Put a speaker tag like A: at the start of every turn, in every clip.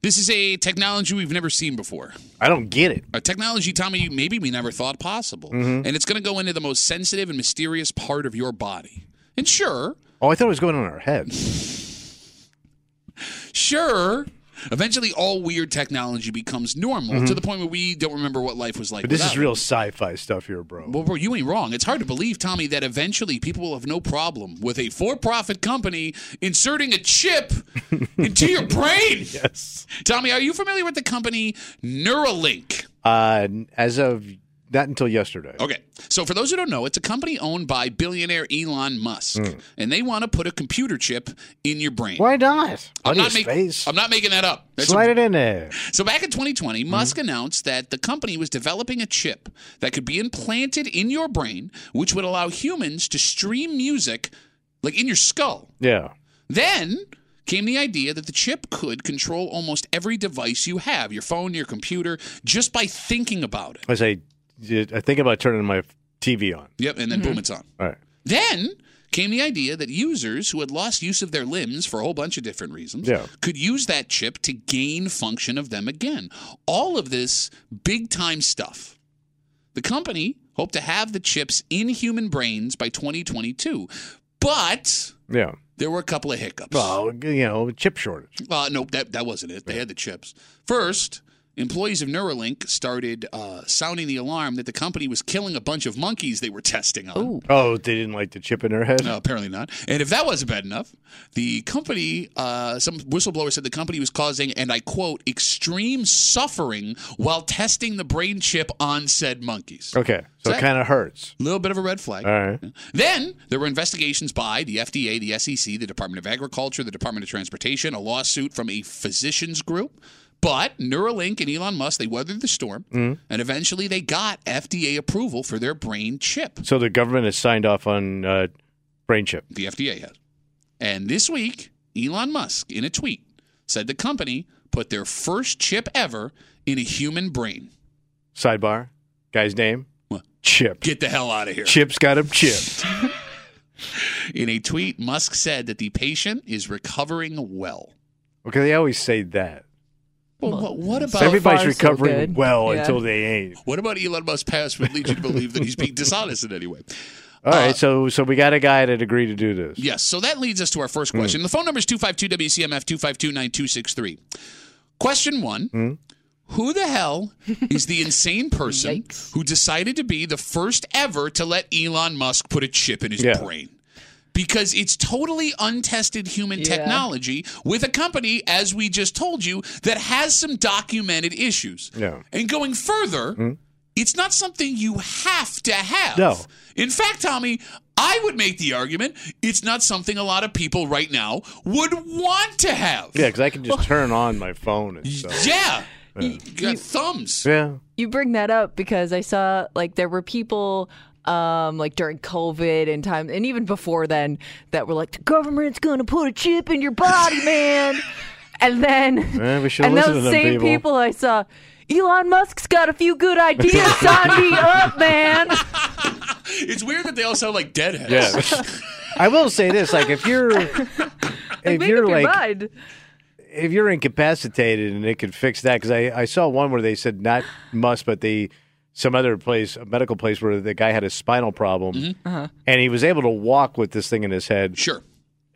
A: This is a technology we've never seen before.
B: I don't get it.
A: A technology, Tommy, maybe we never thought possible.
B: Mm-hmm.
A: And it's going to go into the most sensitive and mysterious part of your body. And sure,
B: Oh, I thought it was going on our head.
A: sure, eventually all weird technology becomes normal to the point where we don't remember what life was like.
B: Mm-hmm. But this
A: without
B: is
A: it.
B: real sci-fi stuff here, bro.
A: Well, bro, you ain't wrong. It's hard to believe, Tommy, that eventually people will have no problem with a for profit company inserting a chip into your brain.
B: yes.
A: Tommy, are you familiar with the company Neuralink?
B: Uh, as of not until yesterday.
A: Okay. So, for those who don't know, it's a company owned by billionaire Elon Musk, and they want to put a computer chip in your brain.
B: Why not?
A: I'm
B: Plenty
A: not,
B: of
A: make-
B: space.
A: I'm not making that up. That's
B: Slide it in there.
A: So back in 2020, Musk announced that the company was developing a chip that could be implanted in your brain, which would allow humans to stream music like in your skull.
B: Yeah.
A: Then came the idea that the chip could control almost every device you have, your phone, your computer, just by thinking about it.
B: I say, I think about turning my TV on.
A: Yep, and then boom, it's on.
B: All right.
A: Then came the idea that users who had lost use of their limbs for a whole bunch of different reasons
B: Yeah.
A: could use that chip to gain function of them again. All of this big time stuff. The company hoped to have the chips in human brains by 2022, but
B: Yeah.
A: there were a couple of hiccups.
B: Well, you know, chip shortage.
A: Uh, nope, that, that wasn't it. They had the chips. First, employees of Neuralink started uh, sounding the alarm that the company was killing a bunch of monkeys they were testing on.
B: Oh, they didn't like the chip in their head.
A: No, apparently not. And if that wasn't bad enough, the company, uh, some whistleblower said the company was causing, and I quote, extreme suffering while testing the brain chip on said monkeys. A
B: Okay, so
A: Zach.
B: it kind of hurts.
A: little bit of a red flag.
B: All right.
A: Then there were investigations by the FDA, the SEC, the Department of Agriculture, the Department of Transportation, a lawsuit from a physicians group. But Neuralink and Elon Musk, they weathered the storm, and eventually they got FDA approval for their brain chip.
B: So the government has signed off on uh, brain chip.
A: the FDA has. And this week, Elon Musk, in a tweet, said the company put their first chip ever in a human brain.
B: Sidebar. Guy's name?
A: What?
B: Chip.
A: Get the hell out of here.
B: Chip's got him chip.
A: In a tweet, Musk said that the patient is recovering well.
B: Okay, they always say that.
A: Well, what, what
B: So
A: about
B: Everybody's
C: far, so
B: recovering
C: good.
B: well
C: Yeah.
B: until they ain't.
A: what about Elon Musk's past would lead you to believe that he's being dishonest in any way?
B: All right,
A: Uh,
B: so so we got a guy that agreed to do this.
A: Yes. So that leads us to our first question. The phone number is 252 WCMF 252 9263. Question one Who the hell is the insane person
C: Yikes.
A: who decided to be the first ever to let Elon Musk put a chip in his
B: Yeah.
A: brain? Because it's totally untested human
C: Yeah.
A: technology with a company, as we just told you, that has some documented issues.
B: Yeah.
A: And going further, it's not something you have to have.
B: Hmm? No.
A: In fact, Tommy, I would make the argument it's not something a lot of people right now would want to have.
B: Yeah, because I can just turn on my phone and stuff.
A: Yeah.
C: You,
A: You got thumbs.
B: Yeah.
C: you bring that up because I saw like there were people um like during COVID and time and even before then that were like the government's gonna put a chip in your body, man. and then
B: Eh, we should
C: and
B: listen
C: those
B: to them
C: same
B: people.
C: people I saw Elon Musk's got a few good ideas, Sandy up, man.
A: It's weird that they all sound like deadheads.
B: Yeah. I will say this: like, if you're, if you're
C: Make up your
B: like,
C: mind.
B: if you're incapacitated, and it could fix that, because I, I saw one where they said not must, but they some other place, a medical place,
C: Mm-hmm. Uh-huh.
B: where the guy had a spinal problem, and he was able to walk with this thing in his head.
A: Sure.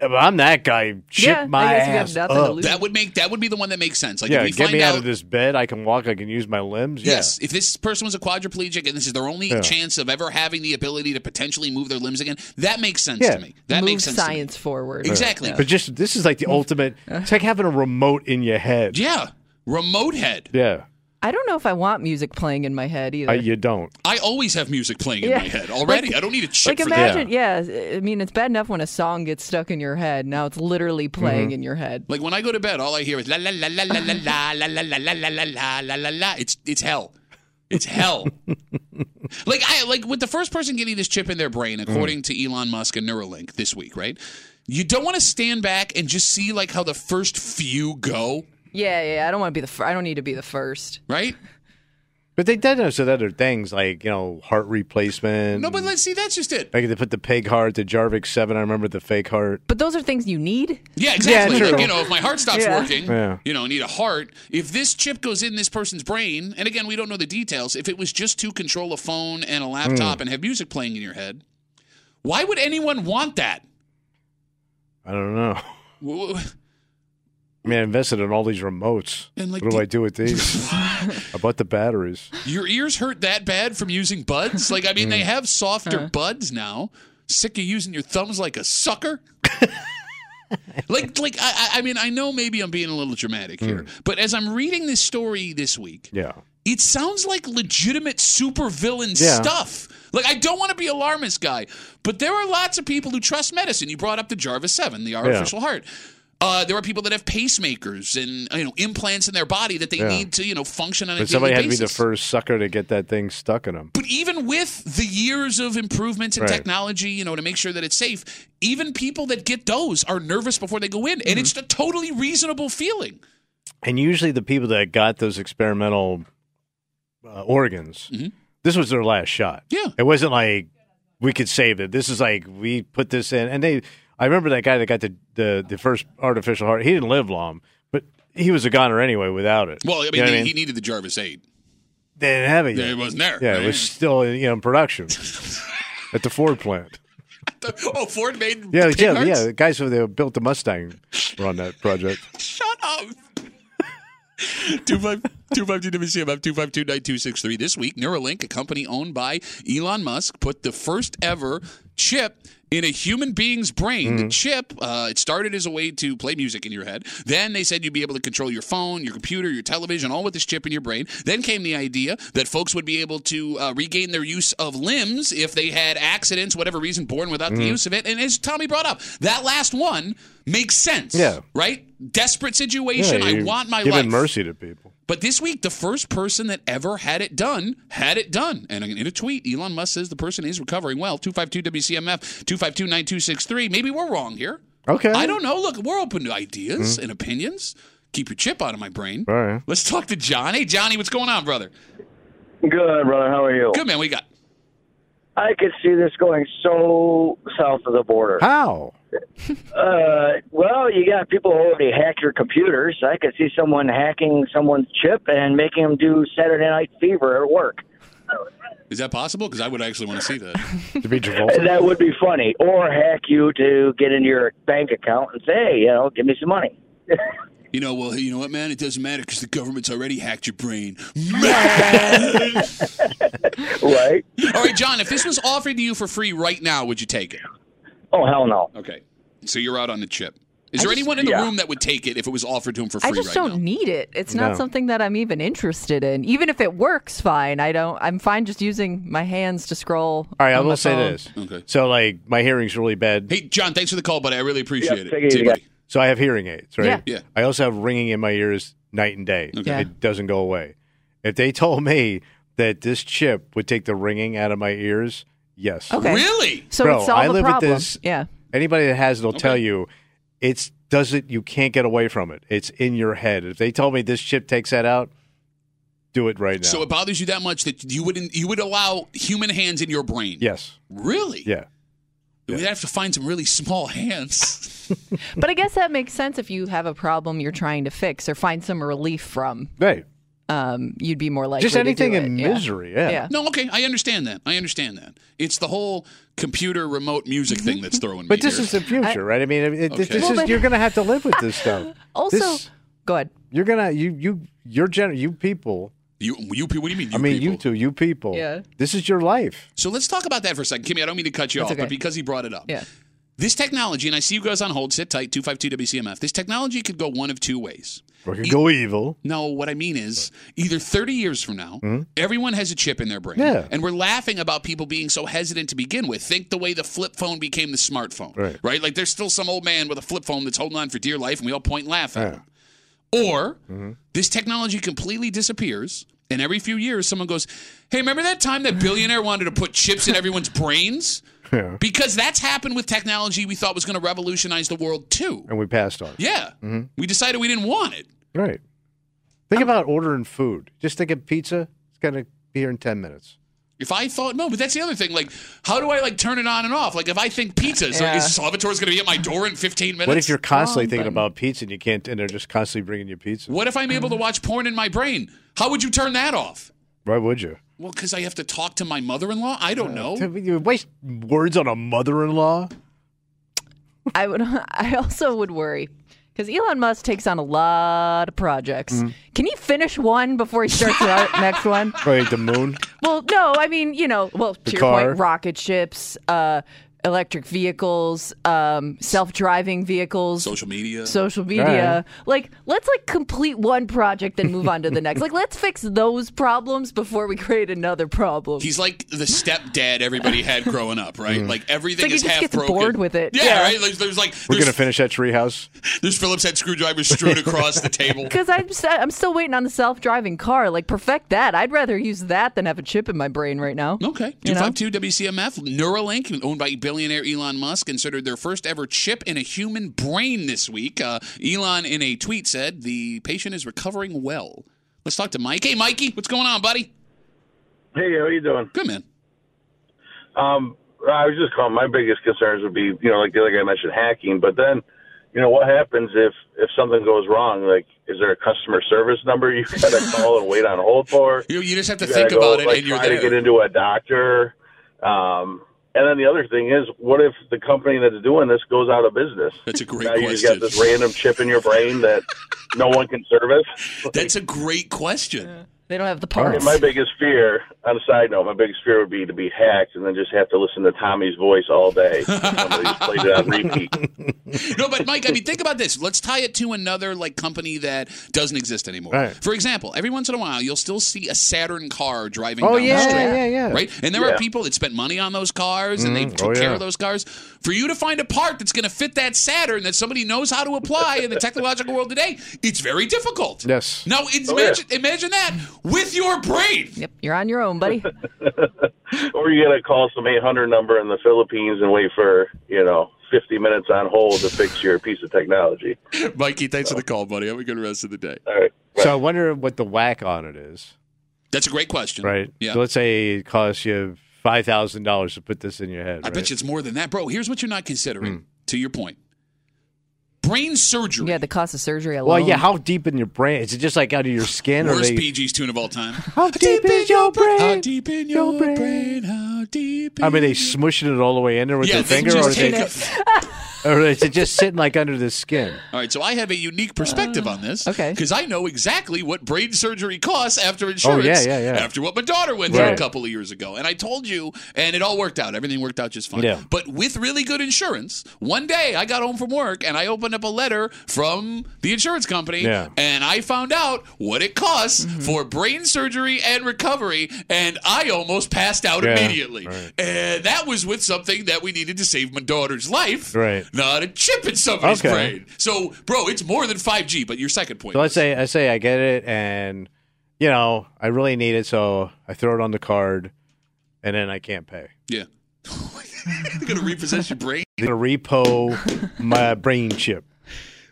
B: If I'm that guy, shit
C: Yeah, I
B: my
C: guess you have
B: ass
C: nothing to
B: up.
C: lose.
A: That would make that would be the one that makes sense. Like if
B: Yeah,
A: we
B: get
A: find
B: me out,
A: out
B: of this bed. I can walk. I can use my limbs. Yeah.
A: Yes, if this person was a quadriplegic and this is their only chance of ever having the ability to potentially move their limbs again, that makes sense
B: Yeah.
A: to me. That
C: Move
A: makes sense. to me.
C: science forward.
A: Exactly.
B: But just this is like the ultimate. It's like having a remote in your head.
A: Yeah. Remote head.
B: Yeah.
C: I don't know if I want music playing in my head either.
B: Uh, you don't.
A: I always have music playing in
C: Yeah.
A: my head already. I don't need a chip
C: like
A: for that.
C: imagine, yeah. I mean, it's bad enough when a song gets stuck in your head. Now it's literally
B: Mm-hmm.
C: playing in your head.
A: Like when I go to bed, all I hear is la la la la la la la la la la la la la la la la la. It's it's hell. It's hell. like I like with the first person getting this chip in their brain,
C: Mm.
A: according to Elon Musk and Neuralink this week, right? You don't want to stand back and just see like how the first few go,
C: Yeah, yeah. I don't want to be the. Fir- I don't need to be the first.
A: right?
B: But they did have some other things like you know heart replacement.
A: No,
C: Mm.
A: but let's see. That's just it.
B: like they put the pig heart, the Jarvik Seven. I remember the fake heart.
C: But those are things you need.
A: Yeah, exactly.
B: true.
A: like, you know, if my heart stops
C: Yeah.
A: working,
B: Yeah.
A: you know, I need a heart. If this chip goes in this person's brain, and again, we don't know the details, if it was just to control a phone and a laptop and have music playing in your head, why would anyone want that?
B: I don't know.
A: W- w-
B: I mean, I invested in all these remotes.
A: And, like,
B: what do
A: the-
B: I do with these? I bought the batteries.
A: Your ears hurt that bad from using buds? Like, I mean, they have softer buds now. Sick of using your thumbs like a sucker? like, like I, I I mean, I know maybe I'm being a little dramatic here, but as I'm reading this story this week,
B: Yeah.
A: it sounds like legitimate supervillain
B: Yeah.
A: stuff. Like I don't want to be alarmist guy, but there are lots of people who trust medicine. You brought up the Jarvis Seven, the artificial heart. Uh, there are people that have pacemakers and you know implants in their body that they
B: Yeah.
A: need to you know function on a
B: But somebody
A: daily
B: had to be
A: basis.
B: the first sucker to get that thing stuck in them.
A: But even with the years of improvements in
B: Right.
A: technology, you know, to make sure that it's safe, even people that get those are nervous before they go in,
B: Mm-hmm.
A: and it's a totally reasonable feeling.
B: And usually the people that got those experimental uh, organs, this was their last shot.
A: Mm-hmm. Yeah.
B: It wasn't like we could save it. This is like we put this in. And they, I remember that guy that got the, the, the first artificial heart. He didn't live long, but he was a goner anyway without it.
A: Well, I mean,
B: You know what
A: he, he needed the Jarvis Eight.
B: they didn't have it yet.
A: It wasn't there.
B: Yeah,
A: right?
B: it was still you know in production at the Ford plant.
A: oh, Ford made
B: Yeah,
A: pig
B: yeah,
A: hearts?
B: yeah. The guys who they built the Mustang were on that project.
A: Shut up. 252 WCMF 252 This week, Neuralink, a company owned by Elon Musk, put the first ever chip in a human being's brain.
B: Hmm.
A: The chip, uh, it started as a way to play music in your head. Then they said you'd be able to control your phone, your computer, your television, all with this chip in your brain. Then came the idea that folks would be able to uh, regain their use of limbs if they had accidents, whatever reason, born without
B: Hmm.
A: the use of it. And as Tommy brought up, that last one makes sense.
B: Yeah.
A: Right? Desperate situation.
B: Yeah,
A: I
B: you're
A: want my
B: giving
A: life.
B: mercy to people.
A: But this week, the first person that ever had it done had it done. And in a tweet, Elon Musk says the person is recovering well. 252 WCMF, 252 9263. Maybe we're wrong here.
B: Okay,
A: I don't know. Look, we're open to ideas and opinions. Keep your chip out of my brain.
B: All right.
A: Let's talk to John. Hey, Johnny, what's going on, brother?
D: Good, brother. How are you?
A: Good, man. We got.
D: I could see this going so south of the border.
B: How?
D: Uh, well, you got people who already hack your computers. I could see someone hacking someone's chip and making them do Saturday Night Fever at work.
A: Is that possible? Because I would actually want to see that.
B: To be Travolta?
D: That would be funny. Or hack you to get into your bank account and say, hey, you know, give me some money.
A: You know, well, you know what, man? It doesn't matter because the government's already hacked your brain.
D: Right?
A: All right, John, if this was offered to you for free right now, would you take it?
D: oh, hell no.
A: Okay. So you're out on the chip. Is there
C: just-
A: anyone in the
D: yeah.
A: room that would take it if it was offered to him for free
C: I just
A: right
C: don't
A: now?
C: need it. It's not
B: No.
C: something that I'm even interested in. Even if it works, fine. I don't. I'm fine just using my hands to scroll.
B: All right, I
C: on my
B: will say
C: phone.
B: this.
A: Okay.
B: So like my hearing's really bad,
A: Hey, John, thanks for the call, buddy. I really appreciate
D: Yep,
A: it.
D: take it easy,
A: See you, buddy.
B: so I have hearing aids, right?
C: Yeah.
A: Yeah.
B: I also have ringing in my ears night and day.
A: Okay.
C: Yeah.
B: It doesn't go away. If they told me that this chip would take the ringing out of my ears, yes.
C: Okay.
A: Really?
C: So
B: Bro,
C: it solved
B: I
C: the
B: live with
C: problem.
B: this-
C: Yeah.
B: Anybody that has it will tell you it's doesn't you can't get away from it. It's in your head. If they told me this chip takes that out, do it right now.
A: So it bothers you that much that you wouldn't you would allow human hands in your brain?
B: yes.
A: Really?
B: Yeah.
A: We'd have to find some really small hands.
C: But I guess that makes sense if you have a problem you're trying to fix or find some relief from.
B: Right.
C: um, you'd be more likely
B: Just
C: to do
B: anything in
C: it. Yeah.
B: misery. Yeah.
C: Yeah.
A: No, okay, I understand that. I understand that. It's the whole computer remote music thing that's throwing
B: But
A: me.
B: this
A: here.
B: is the future, right? I mean, it, it-
A: Okay.
B: this
A: Well,
B: is
C: but-
B: you're going to have to live with this stuff.
C: Also,
B: This-
C: go ahead.
B: you're gonna you you your gener you people.
A: you, you. pe- What do you mean? You
B: I mean,
A: people?
B: you two, you people.
C: Yeah.
B: This is your life.
A: So let's talk about that for a second, Kimmy. I don't mean to cut you
C: That's
A: off, but
C: okay.
A: because he brought it up,
C: Yeah.
A: this technology, and I see you guys on hold. Sit tight, two five two WCMF. This technology could go one of two ways.
B: We could go evil.
A: No, what I mean is either 30 years from now, everyone has a chip in their brain.
B: Mm-hmm. Yeah.
A: And we're laughing about people being so hesitant to begin with. Think the way the flip phone became the smartphone.
B: Right.
A: Like there's still some old man with a flip phone that's holding on for dear life and we all point and laugh at him. Or
B: Mm-hmm.
A: this technology completely disappears. And every few years, someone goes, Hey, remember that time that billionaire wanted to put chips in everyone's brains?
B: Yeah.
A: Because that's happened with technology we thought was going to revolutionize the world, too.
B: And we passed on.
A: Yeah.
B: mm-hmm.
A: We decided we didn't want it.
B: Right. Think about ordering food. Just think of pizza. It's gonna be here in ten minutes.
A: If I thought no, but that's the other thing. Like, how do I like turn it on and off? Like, if I think pizza, is,
C: Yeah.
A: is Salvatore's going to be at my door in fifteen minutes?
B: What if you're constantly
C: wrong
B: thinking
C: button.
B: about pizza and you can't? And they're just constantly bringing you pizza.
A: What if I'm able to
B: Mm-hmm.
A: watch porn in my brain? How would you turn that off?
B: Why would you?
A: Well, because I have to talk to my mother-in-law. I don't know.
B: You waste words on a mother-in-law.
C: I would. I also would worry because Elon Musk takes on a lot of projects. Can he finish one before he starts the o- next one?
B: Right. The moon.
C: Well, no. I mean, you know, well, to your
B: car.
C: point, rocket ships, uh, electric vehicles, um, self-driving vehicles.
A: Social media.
C: social media. Like, let's like complete one project then move on to the next. Like, let's fix those problems before we create another problem.
A: He's like the stepdad everybody had growing up, right?
B: Mm-hmm.
A: Like everything
C: Like, he
A: is
C: just
A: half
C: gets
A: broken.
C: bored with it.
A: Yeah,
C: Yeah.
A: right. There's, there's like
B: We're
A: there's,
B: gonna finish that treehouse.
A: there's Phillips head screwdrivers strewn across the table.
C: Because I'm s I'm still waiting on the self-driving car. Like, perfect that. I'd rather use that than have a chip in my brain right now.
A: Okay.
C: You know?
A: 252 WCMF, Neuralink, owned by billionaire Elon Musk, considered their first ever chip in a human brain this week. Uh, Elon, in a tweet, said the patient is recovering well. Let's talk to Mike. Hey, Mikey, what's going on, buddy?
E: Hey, how you doing?
A: Good, man.
E: Um, I was just calling. My biggest concerns would be, you know, like the other guy mentioned, hacking. But then, you know, what happens if if something goes wrong? Like, is there a customer service number you gotta call and wait on hold for?
A: You, you just have to
E: You gotta
A: think about
E: go,
A: it,
E: like,
A: and you're
E: try
A: there.
E: to get into a doctor. Um, and then the other thing is, what if the company that's doing this goes out of business?
A: That's a great
E: now you just got
A: question.
E: this random chip in your brain that no one can service.
A: That's a great question.
C: They don't have the
E: And
C: parts.
E: my biggest fear, on a side note, my biggest fear would be to be hacked and then just have to listen to Tommy's voice all day. Somebody just played it on repeat.
A: no, but Mike, I mean, think about this. Let's tie it to another like company that doesn't exist anymore.
B: Right.
A: For example, every once in a while, you'll still see a Saturn car driving.
B: Oh,
A: down
B: yeah,
A: the street,
B: yeah, yeah.
A: Right, and there are
E: Yeah.
A: people that spent money on those cars and they
B: Mhm.
A: took
B: Oh,
A: care
B: yeah.
A: of those cars. For you to find a part that's going to fit that Saturn that somebody knows how to apply in the technological world today, it's very difficult.
B: Yes. Oh,
A: Now, it's, imagine, imagine that with your brain.
C: Yep, you're on your own, buddy.
E: Or you got to call some 800 number in the Philippines and wait for, you know, 50 minutes on hold to fix your piece of technology.
A: Mikey, thanks for the call, buddy. Have a good rest of the day.
E: All right.
B: So I wonder what the whack on it is.
A: That's a great question.
B: Right.
A: Yeah.
B: So let's say it costs you five thousand dollars to put this in your head.
A: I bet you it's more than that, bro. Here's what you're not considering.
B: Hmm.
A: To your point, brain surgery.
C: yeah, the cost of surgery alone.
B: Well, yeah. How deep in your brain? Is it just like out of your skin, or
A: worst
B: they,
A: PG's tune of all time.
B: how deep is your brain?
A: How deep in your,
B: Your
A: brain.
B: brain.
A: How deep? In
B: I mean, they smushing it all the way in there with
A: yeah,
B: their
A: they
B: finger,
A: just
B: or, is
A: take
B: it-
A: a-
B: or is it just sitting like under the skin?
A: All right, so I have a unique perspective on this.
C: okay.
A: because I know exactly what brain surgery costs after insurance.
B: Oh, yeah, yeah.
A: After what my daughter went through a
B: Right.
A: couple of years ago, and I told you, and it all worked out. Everything worked out just fine.
B: Yeah.
A: But with really good insurance, one day I got home from work and I opened up a letter from the insurance company,
B: Yeah. Mm-hmm.
A: and I found out what it costs for brain surgery and recovery, and I almost passed out
B: Yeah,
A: immediately.
B: right.
A: And that was with something that we needed to save my daughter's life,
B: Right.
A: not a chip in somebody's
B: Okay.
A: brain. So, bro, it's more than 5G, but your second point.
B: So
A: was-
B: let's say I say I get it, and you know I really need it, so I throw it on the card, and then I can't pay.
A: Yeah. They're going to repossess your brain.
B: They're gonna repo my brain chip.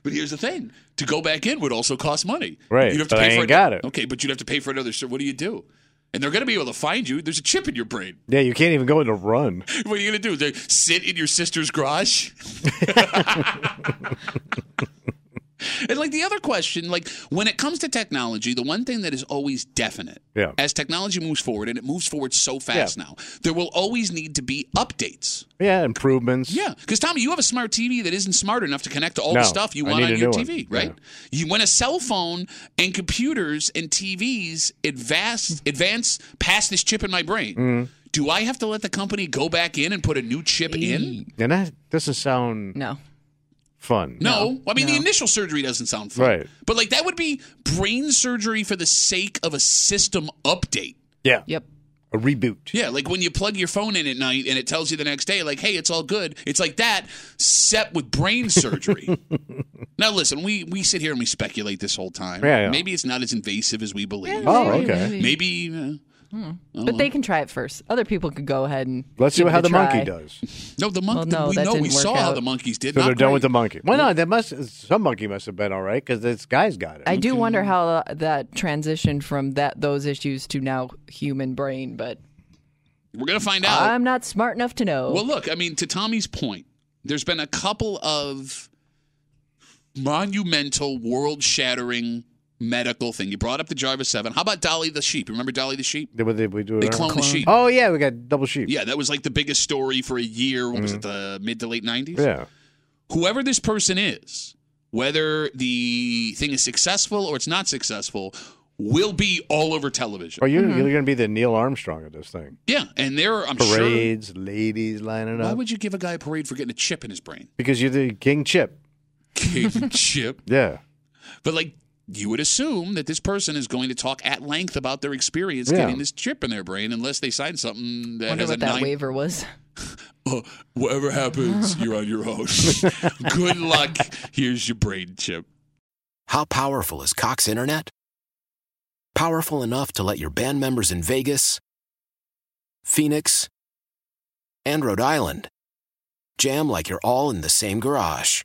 A: But here's the thing to go back in would also cost money.
B: Right,
A: You'd have to
B: but
A: pay
B: I
A: for
B: ain't
A: an-
B: got it.
A: Okay, but you'd have to pay for another. So, what do you do? And they're going to be able to find you. There's a chip in your brain.
B: Yeah, you can't even go in a run.
A: What are you going to do? They sit in your sister's garage? And like the other question, like when it comes to technology, the one thing that is always definite
B: Yeah.
A: as technology moves forward, and it moves forward so fast now, there will always need to be updates.
B: Yeah, improvements.
A: Yeah, because Tommy, you have a smart TV that isn't smart enough to connect to all the
B: No,
A: stuff you
B: I
A: want
B: need
A: on
B: a
A: your
B: new one.
A: TV, right? You when a cell phone and computers and TVs advance advance past this chip in my brain.
B: Mm-hmm.
A: Do I have to let the company go back in and put a new chip
C: E-,
A: in?
B: And that doesn't sound
C: No.
B: fun.
A: No. I mean, the
C: No.
A: initial surgery doesn't sound fun.
B: Right.
A: But, like, that would be brain surgery for the sake of a system update.
B: Yeah.
C: Yep.
B: A reboot.
A: Yeah, like when you plug your phone in at night and it tells you the next day, like, hey, it's all good. It's like that, set with brain surgery. now, listen, we, we sit here and we speculate this whole time.
B: Yeah, yeah.
A: Maybe it's not as invasive as we believe.
B: Oh, okay.
A: Maybe. Uh,
C: But they can try it first. Other people could go ahead and
B: Let's see
C: give it
B: how
C: a
B: the monkey
C: try.
B: does.
A: no, the
C: Well,
A: monkey.
C: no,
A: we
C: that
A: know we
C: didn't work
A: saw how
C: out.
A: the monkeys did.
B: So
A: Not
B: they're done with
A: great.
B: the monkey. Well, no, that must some monkey must have been all right because this guy's got it.
C: I do wonder how uh, that transitioned from that those issues to now human brain, but
A: We're gonna find out.
C: I'm not smart enough to know.
A: Well, look, I mean, to Tommy's point, there's been a couple of monumental, world shattering medical thing. You brought up the Jarvis 7. How about Dolly the sheep? You Remember Dolly the sheep?
B: Did, what did we do
A: They
B: it?
A: cloned the sheep.
B: Oh yeah, we got double sheep.
A: Yeah, that was like the biggest story for a year. What was it, the mid to late 90s?
B: Mm-hmm. Yeah.
A: Whoever this person is, whether the thing is successful or it's not successful, will be all over television.
B: Oh, you're
C: Mm-hmm.
B: you're going to be the Neil Armstrong of this thing.
A: Yeah, and there are, I'm sure.
B: Parades, ladies lining
A: Why
B: up
A: would you give a guy a parade for getting a chip in his brain?
B: because you're the King Chip.
A: King chip.
B: Yeah.
A: But like you would assume that this person is going to talk at length about their experience
B: Yeah.
A: getting this chip in their brain unless they sign something that
C: wonder
A: has a
C: what that
A: nine.
C: waiver was.
A: Uh, whatever happens, you're on your own. Good luck. Here's your brain chip.
F: How powerful is Cox Internet? Powerful enough to let your band members in Vegas, Phoenix, and Rhode Island jam like you're all in the same garage.